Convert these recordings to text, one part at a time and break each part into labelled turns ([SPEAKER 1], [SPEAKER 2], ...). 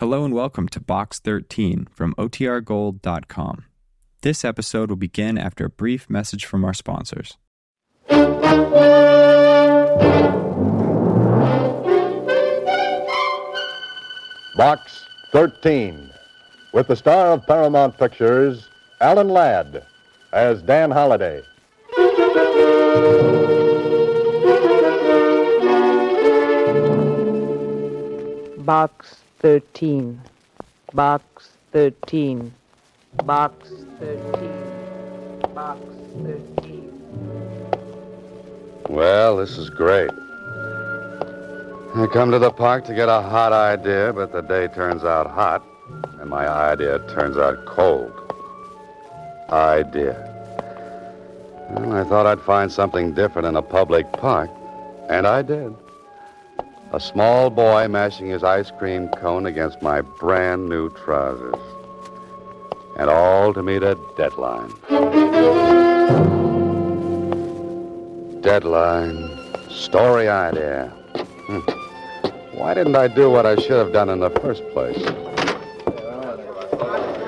[SPEAKER 1] Hello and welcome to Box 13 from OTRGold.com. This episode will begin after a brief message from our sponsors.
[SPEAKER 2] Box 13, with the star of Paramount Pictures, Alan Ladd, as Dan Holliday.
[SPEAKER 3] Box 13. Box 13. Box 13. Box 13.
[SPEAKER 4] Well, this is great. I come to the park to get a hot idea, but the day turns out hot, and my idea turns out cold. Idea. Well, I thought I'd find something different in a public park, and I did. A small boy mashing his ice cream cone against my brand new trousers. And all to meet a deadline. Deadline. Story idea. Hmm. Why didn't I do what I should have done in the first place?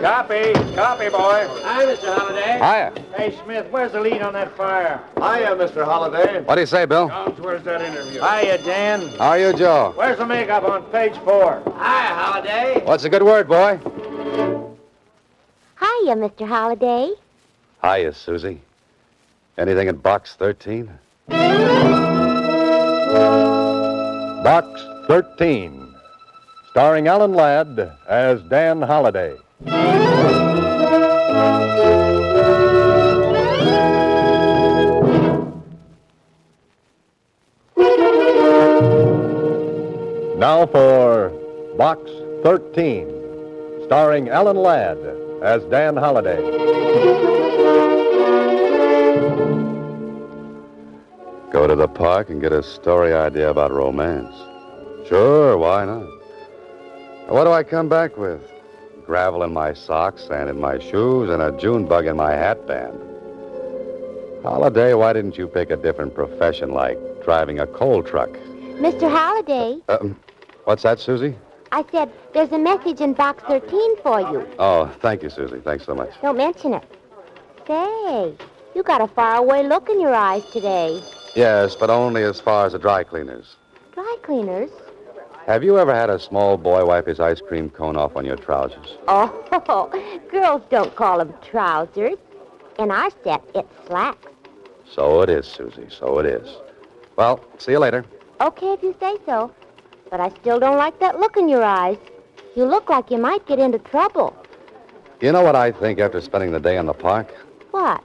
[SPEAKER 5] Copy, copy, boy.
[SPEAKER 6] Hi, Mr. Holliday.
[SPEAKER 4] Hiya.
[SPEAKER 5] Hey, Smith, where's the lead on that fire?
[SPEAKER 2] Hiya, Mr. Holliday.
[SPEAKER 4] What do you say, Bill?
[SPEAKER 5] Holmes, where's that interview? Hiya, Dan.
[SPEAKER 4] How are you, Joe?
[SPEAKER 5] Where's the makeup on page four?
[SPEAKER 6] Hi, Holliday.
[SPEAKER 4] What's a good word, boy?
[SPEAKER 7] Hiya, Mr. Holliday.
[SPEAKER 4] Hiya, Susie. Anything in box 13?
[SPEAKER 2] Box 13, starring Alan Ladd as Dan Holliday. Now for Box 13, starring Alan Ladd as Dan Holliday.
[SPEAKER 4] Go to the park and get a story idea about romance. Sure, why not? And What do I come back with? Gravel in my socks, sand in my shoes, and a June bug in my hat band. Holiday, why didn't you pick a different profession like driving a coal truck?
[SPEAKER 7] Mr. Holliday,
[SPEAKER 4] Um, what's that, Susie?
[SPEAKER 7] I said there's a message in box 13 for you.
[SPEAKER 4] Oh, thank you, Susie. Thanks so much.
[SPEAKER 7] Don't mention it. Say, you got a faraway look in your eyes today.
[SPEAKER 4] Yes, but only as far as the dry cleaners.
[SPEAKER 7] Dry cleaners?
[SPEAKER 4] Have you ever had a small boy wipe his ice cream cone off on your trousers?
[SPEAKER 7] Oh, girls don't call them trousers. In our set, it's slacks.
[SPEAKER 4] So it is, Susie. So it is. Well, see you later.
[SPEAKER 7] Okay if you say so, but I still don't like that look in your eyes. You look like you might get into trouble.
[SPEAKER 4] You know what I think after spending the day in the park?
[SPEAKER 7] What?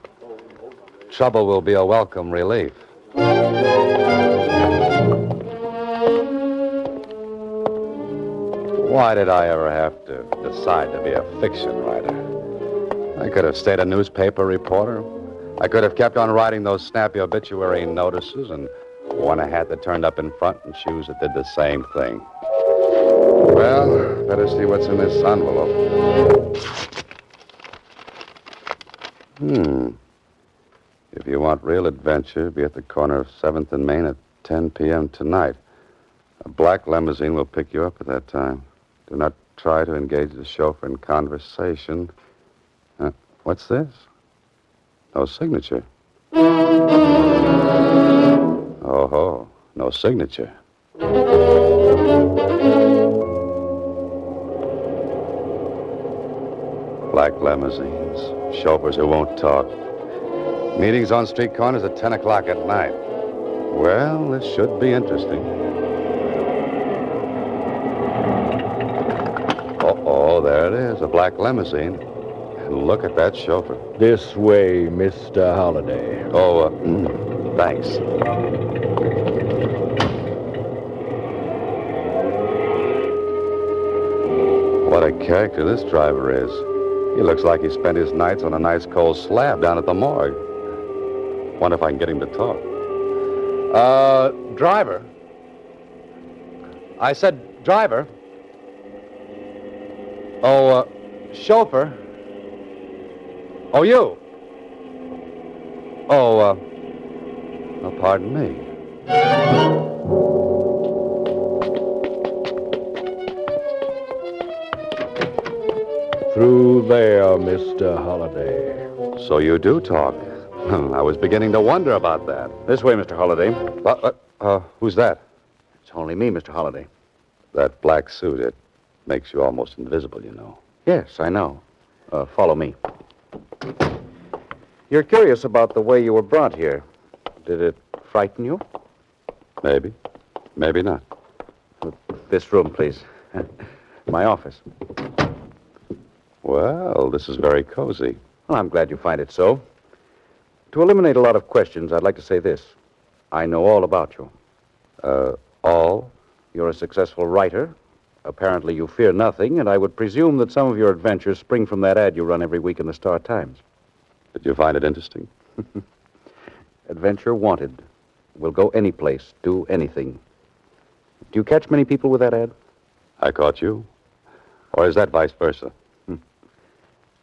[SPEAKER 4] Trouble will be a welcome relief. Why did I ever have to decide to be a fiction writer? I could have stayed a newspaper reporter. I could have kept on writing those snappy obituary notices and worn a hat that turned up in front and shoes that did the same thing. Well, better see what's in this envelope. Hmm. If you want real adventure, be at the corner of 7th and Main at 10 p.m. tonight. A black limousine will pick you up at that time. Do not try to engage the chauffeur in conversation. Uh, what's this? No signature. Oh, ho. No signature. Black limousines. Chauffeurs who won't talk. Meetings on street corners at 10 o'clock at night. Well, this should be interesting. Uh-oh, there it is, a black limousine. And look at that chauffeur.
[SPEAKER 2] This way, Mr. Holliday.
[SPEAKER 4] Oh, uh, thanks. What a character this driver is. He looks like he spent his nights on a nice cold slab down at the morgue. Wonder if I can get him to talk.
[SPEAKER 2] Uh, driver. I said driver. Oh, uh, chauffeur. Oh, you.
[SPEAKER 4] Oh, uh,
[SPEAKER 2] uh,
[SPEAKER 4] oh, pardon me.
[SPEAKER 8] Through there, Mr. Holliday.
[SPEAKER 2] So you do talk. I was beginning to wonder about that.
[SPEAKER 4] This way, Mr. Holliday.
[SPEAKER 2] But, uh, uh, who's that?
[SPEAKER 4] It's only me, Mr. Holliday.
[SPEAKER 2] That black suit, it makes you almost invisible, you know.
[SPEAKER 4] Yes, I know. Uh, follow me. You're curious about the way you were brought here. Did it frighten you?
[SPEAKER 2] Maybe. Maybe not.
[SPEAKER 4] This room, please. My office.
[SPEAKER 2] Well, this is very cozy.
[SPEAKER 4] Well, I'm glad you find it so. To eliminate a lot of questions, I'd like to say this. I know all about you.
[SPEAKER 2] Uh, all?
[SPEAKER 4] You're a successful writer. Apparently, you fear nothing, and I would presume that some of your adventures spring from that ad you run every week in the Star Times.
[SPEAKER 2] Did you find it interesting?
[SPEAKER 4] Adventure wanted. Will go any place, do anything. Do you catch many people with that ad?
[SPEAKER 2] I caught you. Or is that vice versa?
[SPEAKER 4] Hmm.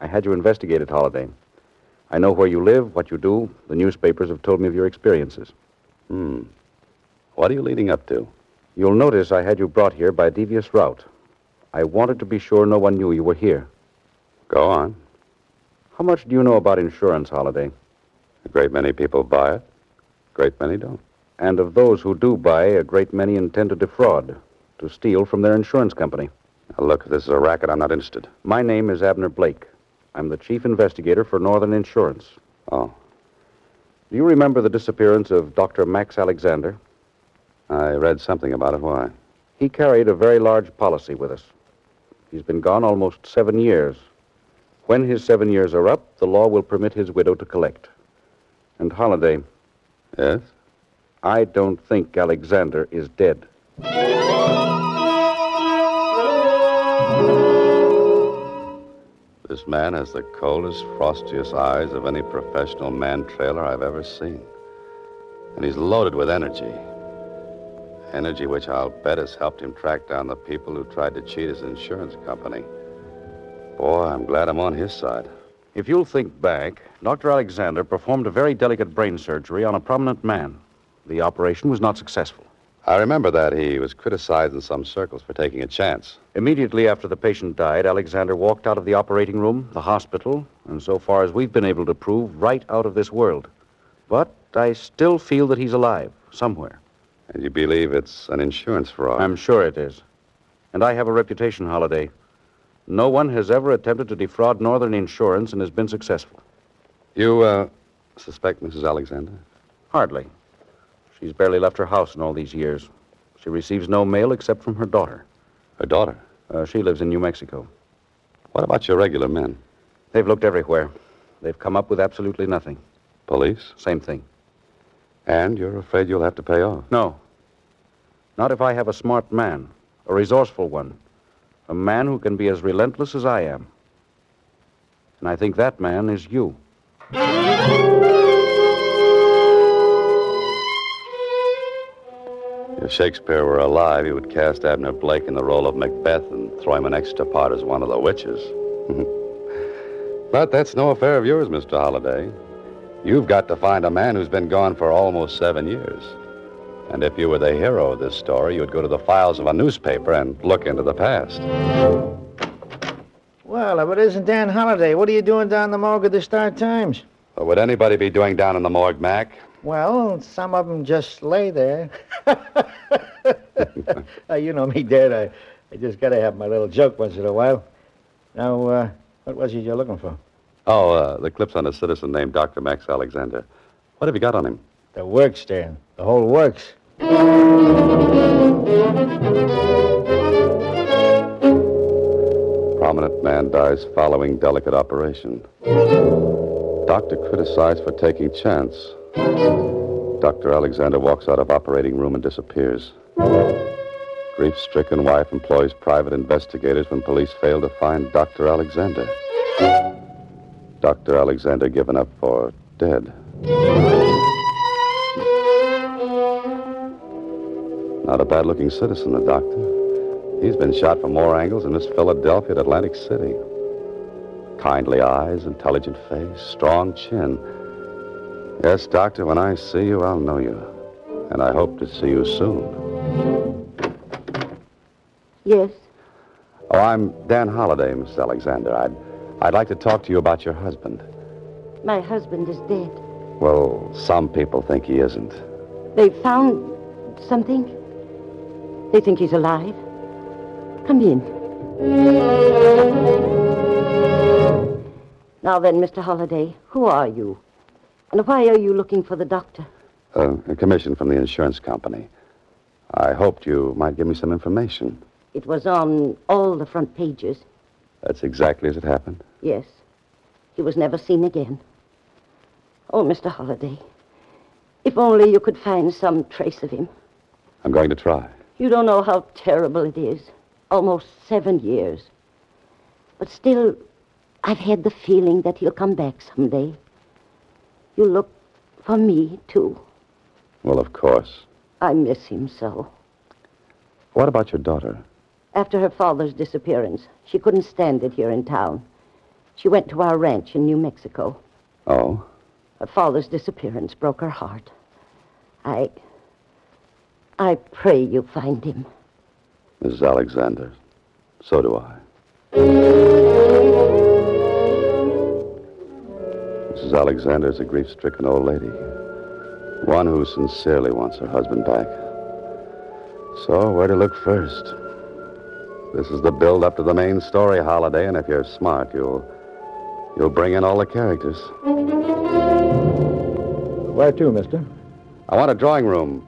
[SPEAKER 4] I had you investigated, Holiday. I know where you live, what you do. The newspapers have told me of your experiences.
[SPEAKER 2] Hmm. What are you leading up to?
[SPEAKER 4] You'll notice I had you brought here by a devious route. I wanted to be sure no one knew you were here.
[SPEAKER 2] Go on.
[SPEAKER 4] How much do you know about insurance, Holiday?
[SPEAKER 2] A great many people buy it. A great many don't.
[SPEAKER 4] And of those who do buy, a great many intend to defraud, to steal from their insurance company.
[SPEAKER 2] Now, look, if this is a racket, I'm not interested.
[SPEAKER 4] My name is Abner Blake. I'm the chief investigator for Northern Insurance.
[SPEAKER 2] Oh,
[SPEAKER 4] Do you remember the disappearance of Dr. Max Alexander?
[SPEAKER 2] I read something about it. Why?
[SPEAKER 4] He carried a very large policy with us. He's been gone almost seven years. When his seven years are up, the law will permit his widow to collect. And Holiday,
[SPEAKER 2] Yes?
[SPEAKER 4] I don't think Alexander is dead.
[SPEAKER 2] This man has the coldest, frostiest eyes of any professional man trailer I've ever seen. And he's loaded with energy. Energy which I'll bet has helped him track down the people who tried to cheat his insurance company. Boy, I'm glad I'm on his side.
[SPEAKER 4] If you'll think back, Dr. Alexander performed a very delicate brain surgery on a prominent man. The operation was not successful.
[SPEAKER 2] I remember that he was criticized in some circles for taking a chance.
[SPEAKER 4] Immediately after the patient died, Alexander walked out of the operating room, the hospital, and so far as we've been able to prove, right out of this world. But I still feel that he's alive, somewhere.
[SPEAKER 2] And you believe it's an insurance fraud?
[SPEAKER 4] I'm sure it is. And I have a reputation, Holiday. No one has ever attempted to defraud Northern Insurance and has been successful.
[SPEAKER 2] You, uh, suspect Mrs. Alexander?
[SPEAKER 4] Hardly. She's barely left her house in all these years. She receives no mail except from her daughter.
[SPEAKER 2] Her daughter?
[SPEAKER 4] Uh, she lives in New Mexico.
[SPEAKER 2] What about your regular men?
[SPEAKER 4] They've looked everywhere. They've come up with absolutely nothing.
[SPEAKER 2] Police?
[SPEAKER 4] Same thing.
[SPEAKER 2] And you're afraid you'll have to pay off.
[SPEAKER 4] No. Not if I have a smart man, a resourceful one, a man who can be as relentless as I am. And I think that man is you.
[SPEAKER 2] If Shakespeare were alive, he would cast Abner Blake in the role of Macbeth and throw him an extra part as one of the witches. but that's no affair of yours, Mr. Holliday. You've got to find a man who's been gone for almost seven years. And if you were the hero of this story, you'd go to the files of a newspaper and look into the past.
[SPEAKER 9] Well, if it isn't Dan Holliday, what are you doing down the morgue at the Star Times?
[SPEAKER 2] What would anybody be doing down in the morgue, Mac?
[SPEAKER 9] Well, some of 'em just lay there. Uh, you know me, Dad. I, I just gotta have my little joke once in a while. Now, uh, what was it you're looking for?
[SPEAKER 2] Oh, uh, the clip's on a citizen named Dr. Max Alexander. What have you got on him?
[SPEAKER 9] The works, Dan. The whole works.
[SPEAKER 2] Prominent man dies following delicate operation. Doctor criticized for taking chance. Dr. Alexander walks out of operating room and disappears. Grief-stricken wife employs private investigators when police fail to find Dr. Alexander. Dr. Alexander given up for dead. Not a bad-looking citizen, the doctor. He's been shot from more angles than this Philadelphia to Atlantic City. Kindly eyes, intelligent face, strong chin. Yes, Doctor, when I see you, I'll know you. And I hope to see you soon.
[SPEAKER 7] Yes.
[SPEAKER 4] Oh, I'm Dan Holliday, Miss Alexander. I'd, I'd like to talk to you about your husband.
[SPEAKER 7] My husband is dead.
[SPEAKER 4] Well, some people think he isn't.
[SPEAKER 7] They found something. They think he's alive. Come in. Now then, Mr. Holliday, who are you? And why are you looking for the doctor?
[SPEAKER 4] Uh, a commission from the insurance company. I hoped you might give me some information.
[SPEAKER 7] It was on all the front pages.
[SPEAKER 4] That's exactly as it happened.
[SPEAKER 7] Yes. He was never seen again. Oh, Mr. Holliday, if only you could find some trace of him.
[SPEAKER 4] I'm going to try.
[SPEAKER 7] You don't know how terrible it is. Almost seven years. But still, I've had the feeling that he'll come back someday. You look for me, too.
[SPEAKER 4] Well, of course.
[SPEAKER 7] I miss him so.
[SPEAKER 4] What about your daughter?
[SPEAKER 7] After her father's disappearance, she couldn't stand it here in town. She went to our ranch in New Mexico.
[SPEAKER 4] Oh,
[SPEAKER 7] Her father's disappearance broke her heart. I. I pray you find him.
[SPEAKER 4] Mrs. Alexander. So do I. Mrs. Alexander is a grief stricken old lady, one who sincerely wants her husband back. So, where to look first? This is the build up to the main story holiday, and if you're smart, you'll. You'll bring in all the characters.
[SPEAKER 5] Where to, mister?
[SPEAKER 4] I want a drawing room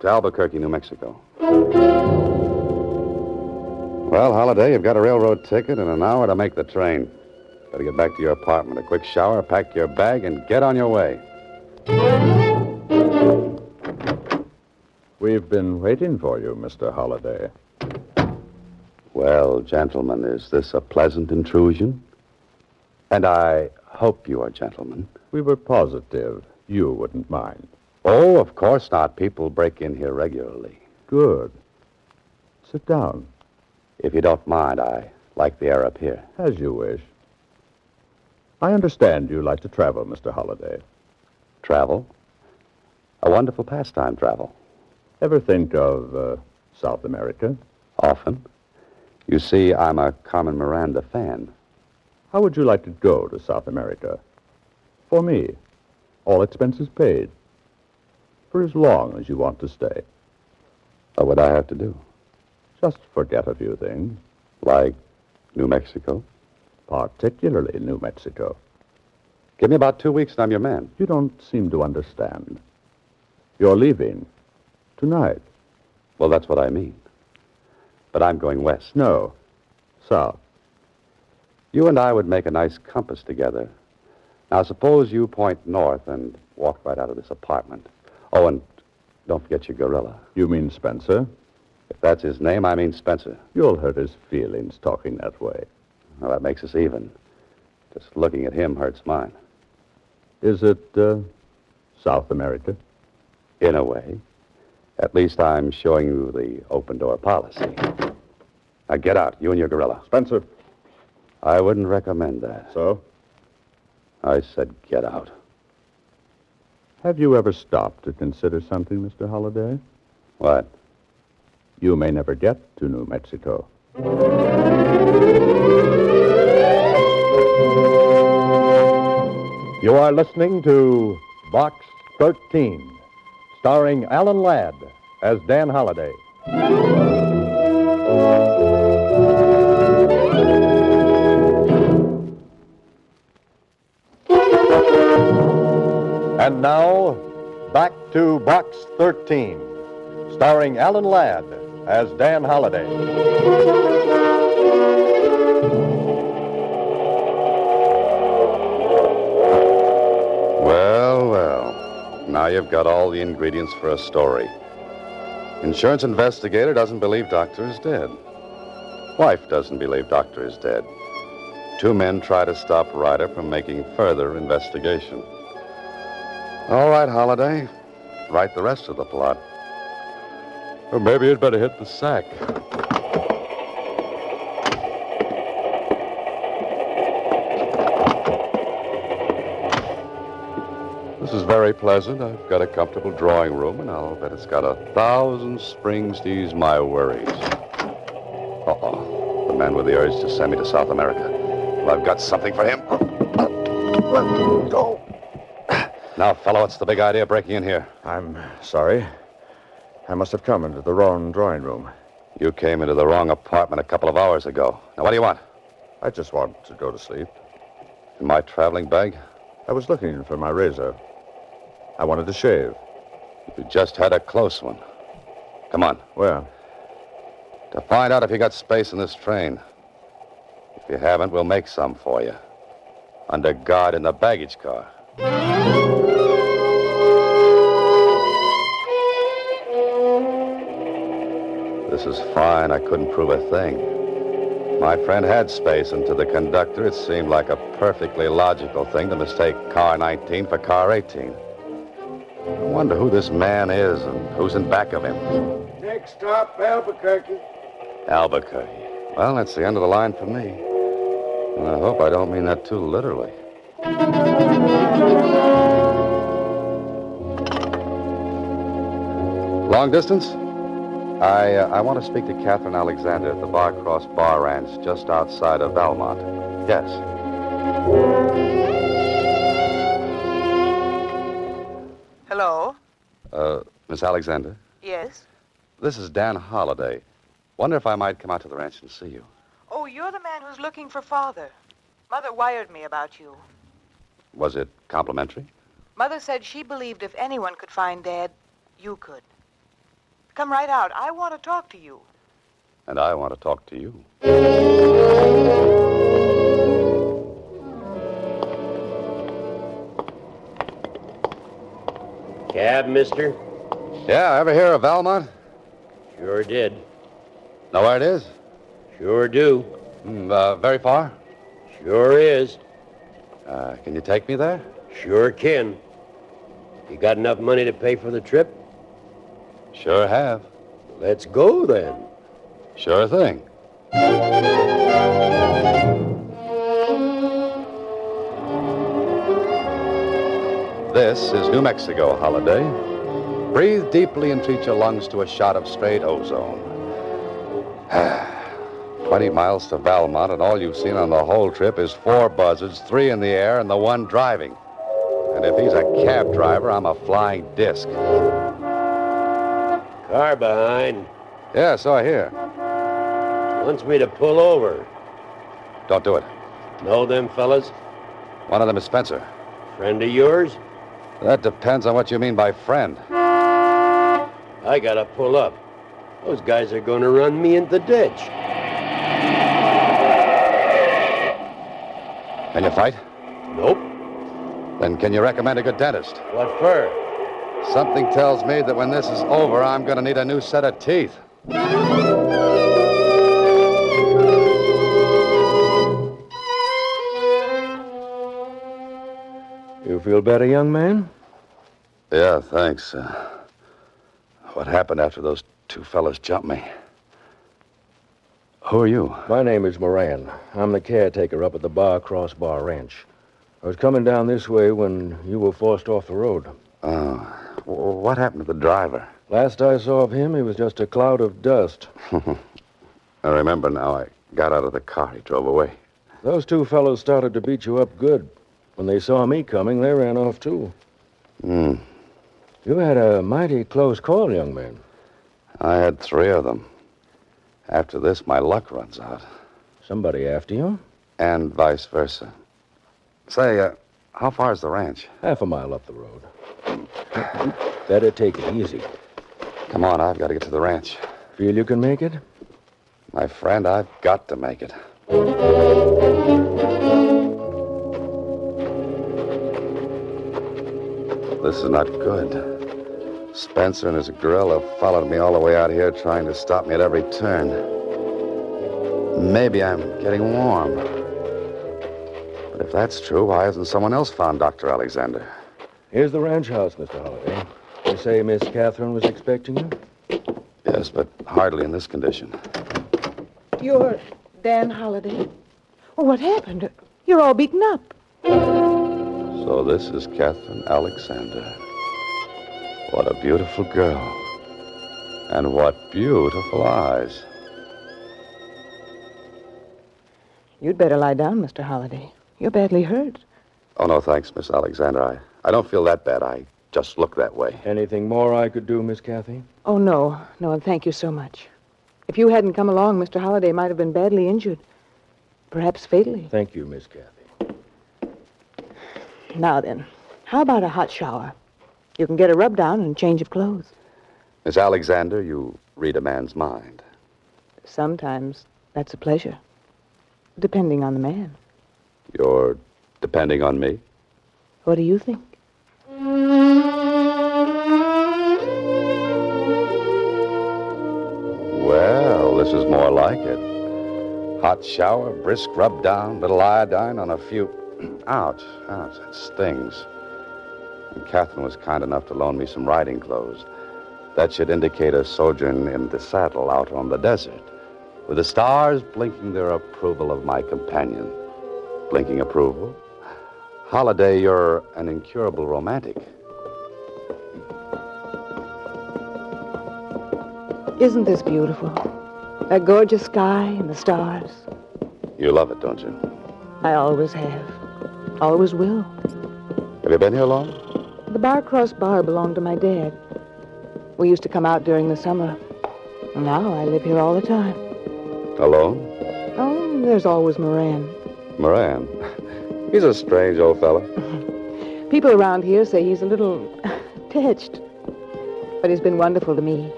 [SPEAKER 4] to Albuquerque, New Mexico. Well, Holiday, you've got a railroad ticket and an hour to make the train. Better get back to your apartment, a quick shower, pack your bag, and get on your way.
[SPEAKER 2] We've been waiting for you, Mr. Holliday.
[SPEAKER 4] Well, gentlemen, is this a pleasant intrusion? And I hope you are gentlemen.
[SPEAKER 2] We were positive you wouldn't mind.
[SPEAKER 4] Oh, of course not. People break in here regularly.
[SPEAKER 2] Good. Sit down,
[SPEAKER 4] If you don't mind, I like the air up here.
[SPEAKER 2] as you wish. I understand you like to travel, Mr. Holliday.
[SPEAKER 4] Travel? A wonderful pastime, travel.
[SPEAKER 2] Ever think of uh, South America?
[SPEAKER 4] Often. You see, I'm a Carmen Miranda fan.
[SPEAKER 2] How would you like to go to South America? For me, all expenses paid. For as long as you want to stay.
[SPEAKER 4] What would I have to do?
[SPEAKER 2] Just forget a few things,
[SPEAKER 4] Like New Mexico?
[SPEAKER 2] particularly New Mexico.
[SPEAKER 4] Give me about two weeks and I'm your man.
[SPEAKER 2] You don't seem to understand. You're leaving. Tonight.
[SPEAKER 4] Well, that's what I mean. But I'm going west.
[SPEAKER 2] No. South.
[SPEAKER 4] You and I would make a nice compass together. Now, suppose you point north and walk right out of this apartment. Oh, and don't forget your gorilla.
[SPEAKER 2] You mean Spencer?
[SPEAKER 4] If that's his name, I mean Spencer.
[SPEAKER 2] You'll hurt his feelings talking that way.
[SPEAKER 4] Well, that makes us even. Just looking at him hurts mine.
[SPEAKER 2] Is it, uh, South America?
[SPEAKER 4] In a way. At least I'm showing you the open door policy. Now get out, you and your gorilla.
[SPEAKER 2] Spencer.
[SPEAKER 4] I wouldn't recommend that.
[SPEAKER 2] So?
[SPEAKER 4] I said get out.
[SPEAKER 2] Have you ever stopped to consider something, Mr. Holliday?
[SPEAKER 4] What?
[SPEAKER 2] You may never get to New Mexico. You are listening to Box 13, starring Alan Ladd as Dan Holliday.
[SPEAKER 10] And now, back to Box 13, starring Alan Ladd as Dan Holliday.
[SPEAKER 4] Well, well. Now you've got all the ingredients for a story. Insurance investigator doesn't believe doctor is dead. Wife doesn't believe doctor is dead. Two men try to stop Ryder from making further investigation. All right, Holiday. Write the rest of the plot. Or maybe you'd better hit the sack. This is very pleasant. I've got a comfortable drawing room, and I'll bet it's got a thousand springs to ease my worries. Uh-oh. Oh, The man with the urge to send me to South America. Well, I've got something for him. Go. Now, fellow, what's the big idea breaking in here?
[SPEAKER 11] I'm sorry. I must have come into the wrong drawing room.
[SPEAKER 4] You came into the wrong apartment a couple of hours ago. Now, what do you want?
[SPEAKER 11] I just want to go to sleep.
[SPEAKER 4] In my traveling bag?
[SPEAKER 11] I was looking for my razor. I wanted to shave.
[SPEAKER 4] You just had a close one. Come on.
[SPEAKER 11] Where?
[SPEAKER 4] To find out if you got space in this train. If you haven't, we'll make some for you. Under guard in the baggage car. This is fine. I couldn't prove a thing. My friend had space, and to the conductor, it seemed like a perfectly logical thing to mistake car 19 for car 18. I wonder who this man is and who's in back of him.
[SPEAKER 12] Next stop, Albuquerque.
[SPEAKER 4] Albuquerque. Well, that's the end of the line for me. And I hope I don't mean that too literally. Long distance? I uh, I want to speak to Catherine Alexander at the Bar Cross Bar Ranch just outside of Valmont. Yes.
[SPEAKER 13] Hello?
[SPEAKER 4] Uh, Miss Alexander?
[SPEAKER 13] Yes?
[SPEAKER 4] This is Dan Holliday. Wonder if I might come out to the ranch and see you.
[SPEAKER 13] Oh, you're the man who's looking for father. Mother wired me about you.
[SPEAKER 4] Was it complimentary?
[SPEAKER 13] Mother said she believed if anyone could find Dad, you could. Come right out. I want to talk to you.
[SPEAKER 4] And I want to talk to you.
[SPEAKER 12] Cab, mister?
[SPEAKER 4] Yeah, ever hear of Valmont?
[SPEAKER 12] Sure did.
[SPEAKER 4] Know where it is?
[SPEAKER 12] Sure do.
[SPEAKER 4] Mm, uh, very far?
[SPEAKER 12] Sure is.
[SPEAKER 4] Uh, can you take me there?
[SPEAKER 12] Sure can. You got enough money to pay for the trip?
[SPEAKER 4] Sure have.
[SPEAKER 12] Let's go then.
[SPEAKER 4] Sure thing. This is New Mexico Holiday. Breathe deeply and treat your lungs to a shot of straight ozone. 20 miles to Valmont, and all you've seen on the whole trip is four buzzards, three in the air, and the one driving. And if he's a cab driver, I'm a flying disc.
[SPEAKER 12] Car behind.
[SPEAKER 4] Yeah, so I hear.
[SPEAKER 12] Wants me to pull over.
[SPEAKER 4] Don't do it.
[SPEAKER 12] Know them fellas?
[SPEAKER 4] One of them is Spencer.
[SPEAKER 12] Friend of yours?
[SPEAKER 4] That depends on what you mean by friend.
[SPEAKER 12] I gotta pull up. Those guys are gonna run me into the ditch.
[SPEAKER 4] Can you fight?
[SPEAKER 12] Nope.
[SPEAKER 4] Then can you recommend a good dentist?
[SPEAKER 12] What for?
[SPEAKER 4] Something tells me that when this is over, I'm going to need a new set of teeth.
[SPEAKER 5] You feel better, young man?
[SPEAKER 4] Yeah, thanks. Uh, what happened after those two fellas jumped me? Who are you?
[SPEAKER 5] My name is Moran. I'm the caretaker up at the Bar Cross Bar Ranch. I was coming down this way when you were forced off the road.
[SPEAKER 4] Oh. What happened to the driver?
[SPEAKER 5] Last I saw of him, he was just a cloud of dust.
[SPEAKER 4] I remember now. I got out of the car. He drove away.
[SPEAKER 5] Those two fellows started to beat you up good. When they saw me coming, they ran off, too.
[SPEAKER 4] Hmm.
[SPEAKER 5] You had a mighty close call, young man.
[SPEAKER 4] I had three of them. After this, my luck runs out.
[SPEAKER 5] Somebody after you?
[SPEAKER 4] And vice versa. Say, uh, how far is the ranch?
[SPEAKER 5] Half a mile up the road. Better take it easy.
[SPEAKER 4] Come on, I've got to get to the ranch.
[SPEAKER 5] Feel you can make it?
[SPEAKER 4] My friend, I've got to make it. This is not good. Spencer and his gorilla followed me all the way out here, trying to stop me at every turn. Maybe I'm getting warm. But if that's true, why hasn't someone else found Dr. Alexander?
[SPEAKER 5] Here's the ranch house, Mr. Holliday. You say Miss Catherine was expecting you?
[SPEAKER 4] Yes, but hardly in this condition.
[SPEAKER 3] You're Dan Holliday. Oh, what happened? You're all beaten up.
[SPEAKER 4] So this is Catherine Alexander. What a beautiful girl. And what beautiful eyes.
[SPEAKER 3] You'd better lie down, Mr. Holliday. You're badly hurt.
[SPEAKER 4] Oh, no, thanks, Miss Alexander. I, I don't feel that bad. I just look that way.
[SPEAKER 5] Anything more I could do, Miss Kathy?
[SPEAKER 3] Oh, no. No, and thank you so much. If you hadn't come along, Mr. Holliday might have been badly injured. Perhaps fatally.
[SPEAKER 5] Thank you, Miss Kathy.
[SPEAKER 3] Now then, how about a hot shower? You can get a rub down and change of clothes.
[SPEAKER 4] Miss Alexander, you read a man's mind.
[SPEAKER 3] Sometimes that's a pleasure, depending on the man.
[SPEAKER 4] You're depending on me?
[SPEAKER 3] What do you think?
[SPEAKER 4] Well, this is more like it. Hot shower, brisk rub down, little iodine on a few. ouch, ouch, that stings. And Catherine was kind enough to loan me some riding clothes. That should indicate a sojourn in the saddle out on the desert, with the stars blinking their approval of my companion. Blinking approval? Holiday, you're an incurable romantic.
[SPEAKER 3] Isn't this beautiful? That gorgeous sky and the stars.
[SPEAKER 4] You love it, don't you?
[SPEAKER 3] I always have. Always will.
[SPEAKER 4] Have you been here long?
[SPEAKER 3] The Barcross Bar belonged to my dad. We used to come out during the summer. Now I live here all the time.
[SPEAKER 4] Alone?
[SPEAKER 3] Oh, there's always Moran.
[SPEAKER 4] Moran? He's a strange old fellow.
[SPEAKER 3] People around here say he's a little attached. But he's been wonderful to me.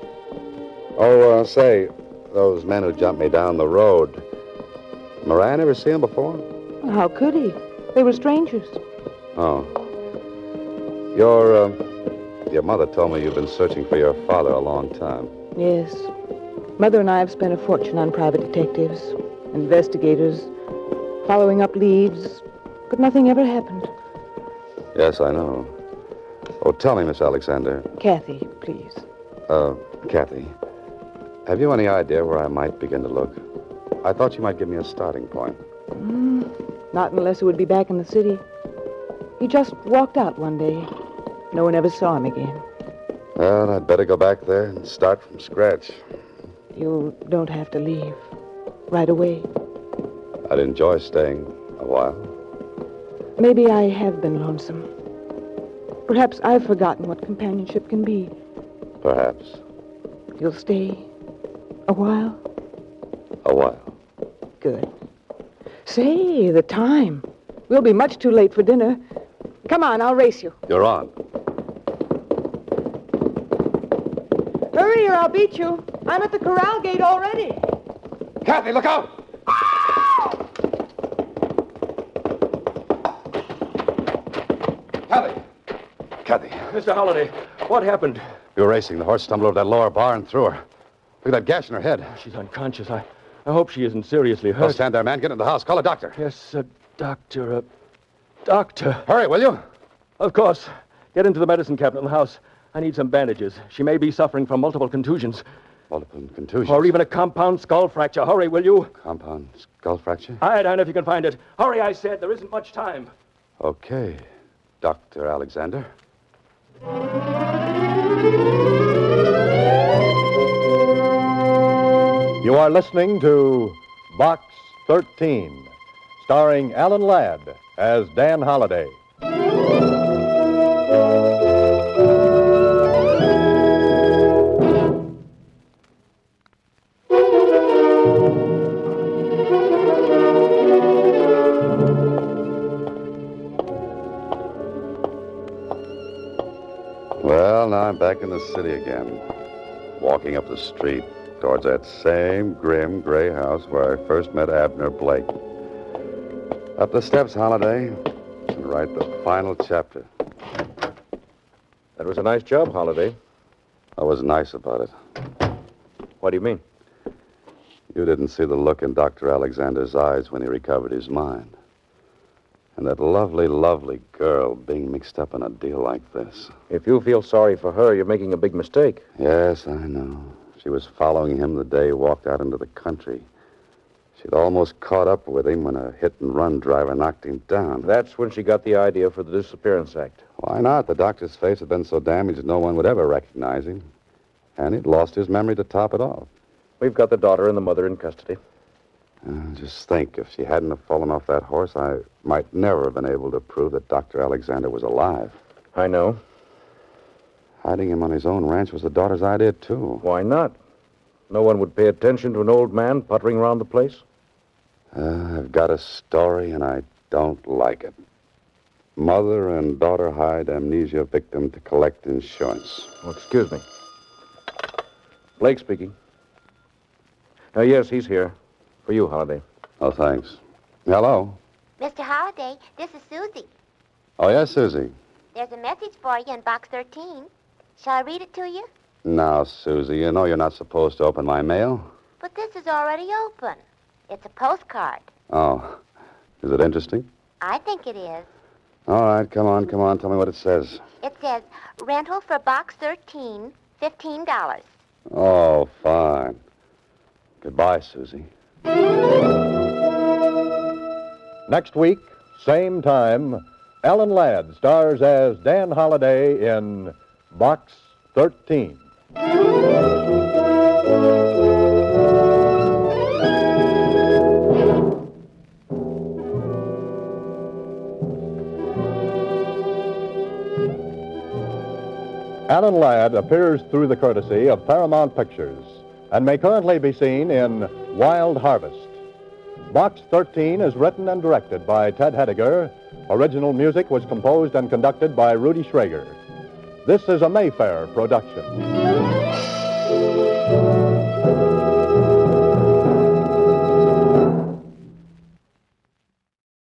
[SPEAKER 4] Oh, uh, say, those men who jumped me down the road. Moran, ever see him before?
[SPEAKER 3] Well, how could he? They were strangers.
[SPEAKER 4] Oh. Your, uh, your mother told me you've been searching for your father a long time.
[SPEAKER 3] Yes. Mother and I have spent a fortune on private detectives, investigators, following up leads, but nothing ever happened.
[SPEAKER 4] Yes, I know. Oh, tell me, Miss Alexander.
[SPEAKER 3] Kathy, please.
[SPEAKER 4] Uh, Kathy, have you any idea where I might begin to look? I thought you might give me a starting point.
[SPEAKER 3] Mm, not unless he would be back in the city. He just walked out one day. No one ever saw him again.
[SPEAKER 4] Well, I'd better go back there and start from scratch.
[SPEAKER 3] You don't have to leave right away.
[SPEAKER 4] I'd enjoy staying a while.
[SPEAKER 3] Maybe I have been lonesome. Perhaps I've forgotten what companionship can be.
[SPEAKER 4] Perhaps.
[SPEAKER 3] You'll stay a while?
[SPEAKER 4] A while.
[SPEAKER 3] Good. Say, the time. We'll be much too late for dinner. Come on, I'll race you.
[SPEAKER 4] You're on.
[SPEAKER 3] Hurry or I'll beat you. I'm at the corral gate already.
[SPEAKER 4] Kathy, look out! Kathy! Kathy.
[SPEAKER 5] Mr. Holliday, what happened?
[SPEAKER 4] You were racing. The horse stumbled over that lower bar and threw her. Look at that gash in her head.
[SPEAKER 5] She's unconscious. I, I hope she isn't seriously hurt.
[SPEAKER 4] Don't stand there, man. Get into the house. Call a doctor.
[SPEAKER 5] Yes, a doctor. A doctor.
[SPEAKER 4] Hurry, will you?
[SPEAKER 5] Of course. Get into the medicine cabinet in the house. I need some bandages. She may be suffering from multiple contusions.
[SPEAKER 4] Multiple contusions?
[SPEAKER 5] Or even a compound skull fracture. Hurry, will you?
[SPEAKER 4] Compound skull fracture?
[SPEAKER 5] Iodine, if you can find it. Hurry, I said. There isn't much time.
[SPEAKER 4] Okay, Dr. Alexander.
[SPEAKER 10] You are listening to Box 13, starring Alan Ladd as Dan Holliday.
[SPEAKER 4] Well, now I'm back in the city again, walking up the street towards that same grim gray house where I first met Abner Blake. Up the steps, Holiday, and write the final chapter.
[SPEAKER 11] That was a nice job, Holiday.
[SPEAKER 4] I was nice about it.
[SPEAKER 11] What do you mean?
[SPEAKER 4] You didn't see the look in Dr. Alexander's eyes when he recovered his mind. And that lovely, lovely girl being mixed up in a deal like this.
[SPEAKER 11] If you feel sorry for her, you're making a big mistake.
[SPEAKER 4] Yes, I know. She was following him the day he walked out into the country. She'd almost caught up with him when a hit and run driver knocked him down.
[SPEAKER 11] That's when she got the idea for the Disappearance Act.
[SPEAKER 4] Why not? The doctor's face had been so damaged no one would ever recognize him. And he'd lost his memory to top it off.
[SPEAKER 11] We've got the daughter and the mother in custody.
[SPEAKER 4] Uh, just think, if she hadn't have fallen off that horse, I might never have been able to prove that Dr. Alexander was alive.
[SPEAKER 14] I know.
[SPEAKER 4] Hiding him on his own ranch was the daughter's idea, too.
[SPEAKER 14] Why not? No one would pay attention to an old man puttering around the place.
[SPEAKER 4] Uh, I've got a story, and I don't like it. Mother and daughter hired amnesia victim to collect insurance.
[SPEAKER 14] Well, excuse me. Blake speaking. Uh, yes, he's here. For you, Holiday.
[SPEAKER 4] Oh, thanks. Hello.
[SPEAKER 7] Mr. Holliday, this is Susie.
[SPEAKER 4] Oh, yes, Susie.
[SPEAKER 7] There's a message for you in box 13. Shall I read it to you?
[SPEAKER 4] Now, Susie, you know you're not supposed to open my mail.
[SPEAKER 7] But this is already open. It's a postcard.
[SPEAKER 4] Oh, is it interesting?
[SPEAKER 7] I think it is.
[SPEAKER 4] All right, come on, come on. Tell me what it says.
[SPEAKER 7] It says rental for box 13, $15.
[SPEAKER 4] Oh, fine. Goodbye, Susie.
[SPEAKER 15] Next week, same time, Alan Ladd stars as Dan Holliday in Box 13. Alan Ladd appears through the courtesy of Paramount Pictures and may currently be seen in Wild Harvest. Box 13 is written and directed by Ted Hediger. Original music was composed and conducted by Rudy Schrager. This is a Mayfair production.